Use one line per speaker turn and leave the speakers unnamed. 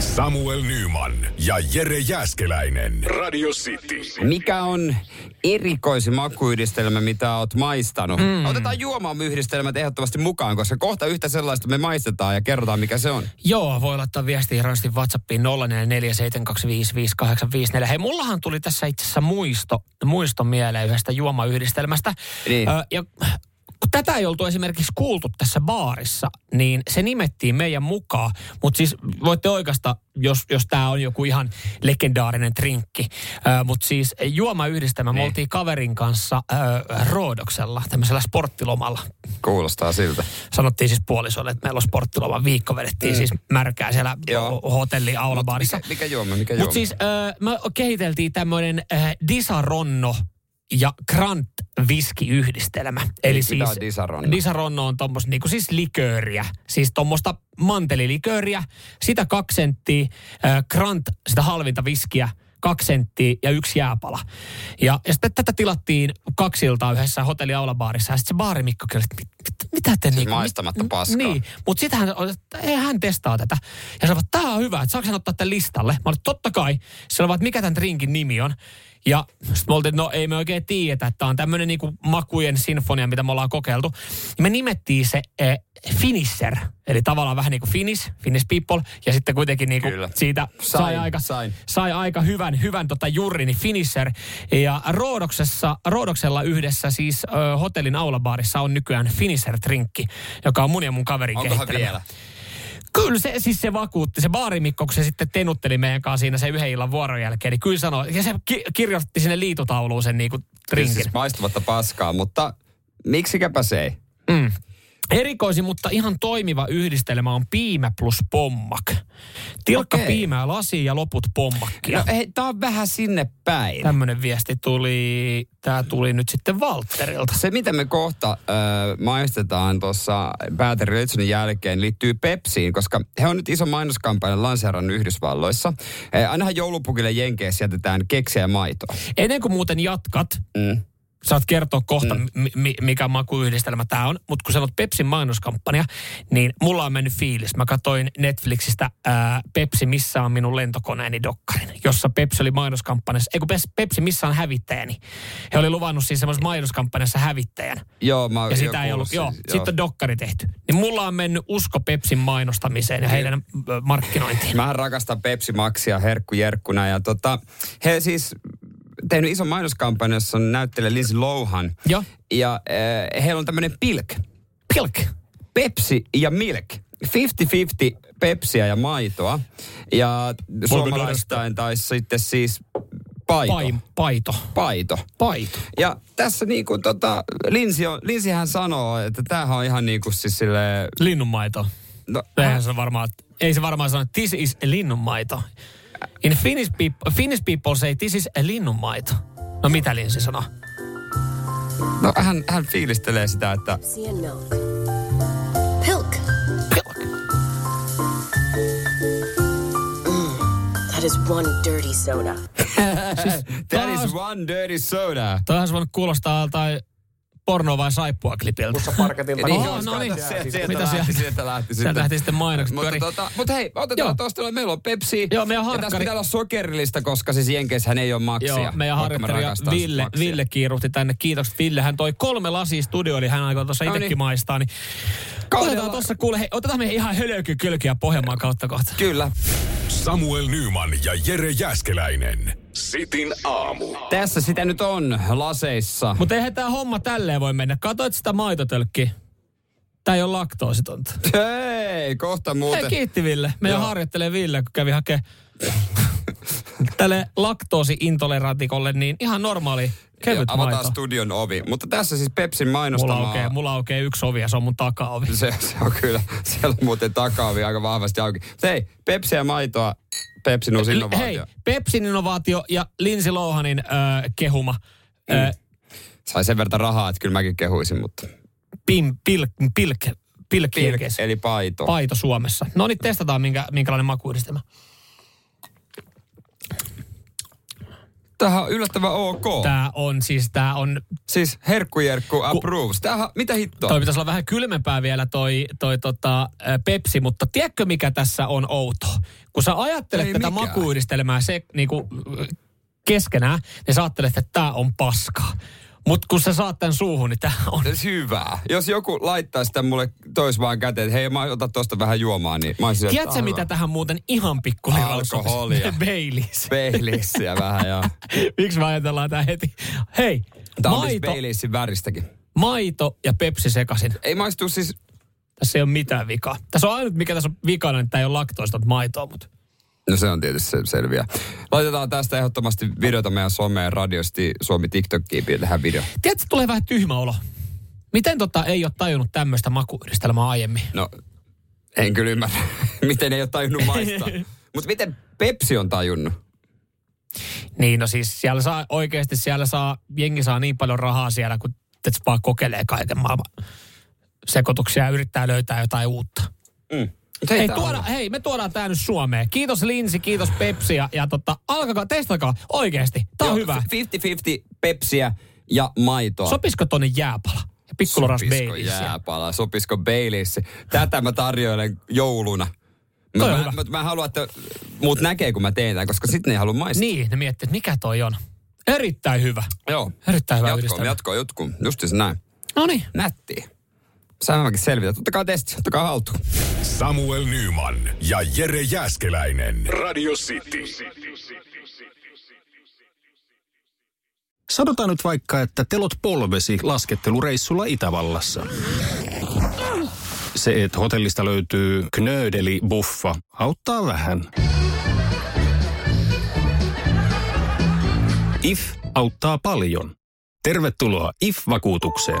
Samuel Nyman ja Jere Jäskeläinen. Radio City.
Mikä on erikoisin makuyhdistelmä, mitä oot maistanut? Mm. Otetaan juomaamyhdistelmät ehdottomasti mukaan, koska kohta yhtä sellaista me maistetaan ja kerrotaan, mikä se on.
Joo, voi laittaa viestiä ranskin WhatsAppiin 0447255854. Hei, mullahan tuli tässä itse asiassa muisto, muisto mieleen yhdestä juomayhdistelmästä.
Niin.
Ö, ja kun tätä ei oltu esimerkiksi kuultu tässä baarissa, niin se nimettiin meidän mukaan. Mutta siis voitte oikeasta, jos, jos tämä on joku ihan legendaarinen trinkki. Mutta siis juomayhdistelmä, me
Niin.
oltiin kaverin kanssa ö, Roodoksella, tämmöisellä sporttilomalla
Kuulostaa siltä.
sanottiin siis puolisolle, että meillä on sporttiloma viikko, vedettiin mm. siis märkää siellä
Joo.
ho- hotelli aulabaarissa.
Mikä, mikä juoma, mikä juoma?
Mutta siis äh, me kehiteltiin tämmöinen äh, disaronno ja Grant viskiyhdistelmä. Eli
Mitä
siis
on Disaronno?
Disaronno on tommos, niinku, siis likööriä, siis tuommoista mantelilikööriä, sitä kaksi senttiä, äh, Grant sitä halvinta viskiä, kaksi senttiä ja yksi jääpala. Ja, ja sitten tätä tilattiin kaksilta yhdessä hotelliaulabaarissa. Ja sitten se baarimikko kyllä, että mit, mit, mitä te niinku... mit-
Siis maistamatta paskaa.
Niin, mutta sitten hän, oli, että ei hän testaa tätä. Ja sanoi, että tämä on hyvä, että saako hän ottaa tämän listalle? Mä olin, totta kai. Sillä vaan, että mikä tämän drinkin nimi on. Ja sitten me oltiin, että no ei me oikein tiedetä, että tämä on tämmöinen niinku makujen sinfonia, mitä me ollaan kokeiltu. Ja me nimettiin se eh, Finisher, eli tavallaan vähän niin kuin Finnish, Finnish people, ja sitten kuitenkin niinku
Kyllä.
siitä sai,
Sain,
aika,
sain.
sai aika hyvän, hyvän tota jurin, niin Finisher. Ja Roodoksessa, Roodoksella yhdessä siis ö, hotellin aulabaarissa on nykyään Finisher-trinkki, joka on mun ja mun kaverin
Onkohan
kehittelemä.
vielä? Siis
Kyllä se siis se vakuutti, se baarimikko, kun se sitten tenutteli meidän kanssa siinä se yhden illan vuoron jälkeen, niin kyllä sanoi, ja se ki- kirjoitti sinne liitutauluun sen niinku
Siis,
trinkin.
siis maistamatta paskaa, mutta miksikäpä se ei?
Mm. Erikoisin, mutta ihan toimiva yhdistelmä on piimä plus pommak. Tilkka
Okei.
piimää lasiin ja loput pommakkia.
No
No,
hei, tää on vähän sinne päin.
Tämmöinen viesti tuli, tämä tuli nyt sitten Valtterilta.
Se, mitä me kohta öö, maistetaan tuossa Pääteri Leitsonin jälkeen, liittyy Pepsiin, koska he on nyt iso mainoskampanjan lanseerannut Yhdysvalloissa. Eh, ainahan joulupukille Jenkeissä jätetään keksiä ja maitoa.
Ennen kuin muuten jatkat,
Mm.
saat kertoa kohta, mm. mi- mi- mikä makuyhdistelmä tämä on. Mutta kun sanot Pepsin mainoskampanja, niin mulla on mennyt fiilis. Mä katsoin Netflixistä ää, Pepsi, missä on minun lentokoneeni dokkarin, jossa Pepsi oli mainoskampanjassa. Ei kun Pes- Pepsi, missä on hävittäjäni. He oli luvannut siis semmoisessa mainoskampanjassa hävittäjän.
Joo, mä oon
Ja
jo
sitä ei
kuullut siis,
ollut.
sen.
Joo, sitten on dokkari tehty. Niin mulla on mennyt usko Pepsin mainostamiseen ja heidän ö, markkinointiin.
Mähän rakastan Pepsi Maxia herkkujerkkuna ja tota, he siis tehnyt ison mainoskampanjan, jossa on näyttelijä Lindsay Lohan.
Joo.
Ja eh, heillä on tämmöinen pilk,
Pilk.
Pepsi ja milk. 50-50 Pepsiä ja maitoa. Ja suomalaistain tai sitten siis paito.
Paim, paito.
paito.
Paito.
Ja tässä niin kuin tota, Linsi, on, Linsihän sanoo, että tämähän on ihan niin kuin siis silleen,
Linnunmaito.
no,
Eihän se varmaan, ei se varmaan sano, this is linnunmaito. In Finnish people, Finnish people say this is linnunmaito. No mitä Linsi sanoo?
no hän, hän fiilistelee sitä, että
and milk. Pilk.
Pilk.
Mm, That is one dirty soda.
that is one dirty soda.
Toihan se voinut kuulostaa tai porno vai saippua klipiltä.
Niin,
Oh, no niin.
sieltä, sieltä,
Mitä
lähti,
siellä?
sieltä lähti sitten.
Sieltä lähti sitten mainokset
Mutta
pyöriin.
tota, mut hei,
Joo.
otetaan tuosta, meillä on Pepsi.
Joo, meidän
Ja tässä
harkkari-
pitää olla sokerillista, koska siis Jenkeissähän ei ole maksia.
Joo, meidän
vaikka mä
harjoittelija
rakastan siis
Ville,
maksia.
Ville kiiruhti tänne. Kiitokset Ville. Hän toi kolme lasia studioon, eli hän aikoo tuossa
No niin.
itsekin maistaa. Niin
Kahdella-
otetaan tuossa kuule, hei, otetaan me ihan hölöky kylkiä Pohjanmaan kautta kohta.
Kyllä.
Samuel Nyman ja Jere Jäskeläinen. Sitin aamu.
Tässä sitä nyt on laseissa.
Mutta eihän tämä homma tälleen voi mennä. Katoit sitä maitotölkkiä? Tämä ei ole laktoositonta.
Hei, kohta muuten.
Hei, kiitti Ville. Meidän
Joo.
harjoittelee Ville, kun kävi hakee tälle laktoosiintolerantikolle, niin ihan normaali kevyt
Joo,
maito.
Avataan studion ovi. Mutta tässä siis Pepsin
Mulla
mainostamaa.
aukeaa, mulla aukeaa yksi ovi ja se on mun takaovi.
Se, se on kyllä, siellä on muuten takaovi aika vahvasti auki. Mut Hei, Pepsiä ja maitoa, Pepsin uusi
Hei,
innovaatio.
Pepsin innovaatio ja Lindsay Lohanin öö, kehuma
Mm.
öö,
Sai sen verran rahaa, että kyllä mäkin kehuisin, mutta...
pim, pilk, pilk, pilk,
Pilk,
pilk,
eli paito.
paito Suomessa. No niin, testataan minkä, minkälainen makuyhdistelmä.
Tämähän on yllättävän ok.
Tää on siis, tää on,
Siis herkkujerkku approves. Tämähän, mitä hittoa?
toi pitäisi olla vähän kylmempää vielä toi, toi tota, ö, Pepsi, mutta tiedätkö mikä tässä on outo? Kun sä ajattelet
Ei
tätä
mikään.
makuyhdistelmää se, niinku, ö, keskenään, niin sä ajattelet, että tää on paskaa. Mutta kun sä saat tämän suuhun, niin tää on
Edes Siis hyvää. Jos joku laittaa sitä mulle tois vaan käteen, että hei mä otan tosta vähän juomaa, niin mä olisin
Tiedätkö, mitä tähän muuten ihan pikku
Alkoholia.
Baileys.
Peilissiä vähän ja...
Miksi me ajatellaan tää heti? Hei,
Tämä on siis
maito,
Baileyssin väristäkin.
maito ja Pepsi sekasin.
Ei maistu siis...
Tässä ei ole mitään vikaa. Tässä on ainut, mikä tässä on vikana, että tää ei ole laktoista maitoa, mutta
No se on tietysti se- selviä. Laitetaan tästä ehdottomasti videota meidän someen radiosti Suomi TikTokkiin pidetään tähän video.
tiedätkö, tulee vähän tyhmä olo. Miten tota ei ole tajunnut tämmöistä makuyhdistelmää aiemmin?
No, en kyllä ymmärrä, miten ei ole tajunnut maistaa. Mutta miten Pepsi on tajunnut?
Niin, no siis siellä saa oikeasti, siellä saa, jengi saa niin paljon rahaa siellä, kun et se vaan kokeilee kaiken maailman sekoituksia ja yrittää löytää jotain uutta.
Mut
Hei,
tää
tuoda,
ole.
hei, me tuodaan tää nyt Suomeen. Kiitos Linsi, kiitos Pepsi ja, ja tota, alkakaa, testakaa oikeesti. Tää on
Joo,
hyvä.
50-50 Pepsiä ja maitoa.
Sopisiko tonne jääpala? Ja pikkuloras
Sopisiko jääpala, sopisco Baileys. Tätä mä tarjoilen jouluna. Mä,
Toi on
mä,
hyvä.
mä, mä haluan, että muut näkee, kun mä teen tämän, koska sitten ne ei halua maistaa.
Niin, ne miettii, että mikä toi on. Erittäin hyvä.
Joo.
Erittäin hyvä
Jatkoa,
yhdistelmä.
jatkoa, jatkoa. Just se näin.
No niin.
Nättiä. Sä mäkin selvität. Ottakaa testi, ottakaa haltuun.
Samuel Nyman ja Jere Jäskeläinen. Radio City.
Sanotaan nyt vaikka, että telot polvesi laskettelureissulla Itävallassa. Se, että hotellista löytyy knöydeli buffa, auttaa vähän. IF auttaa paljon. Tervetuloa IF-vakuutukseen.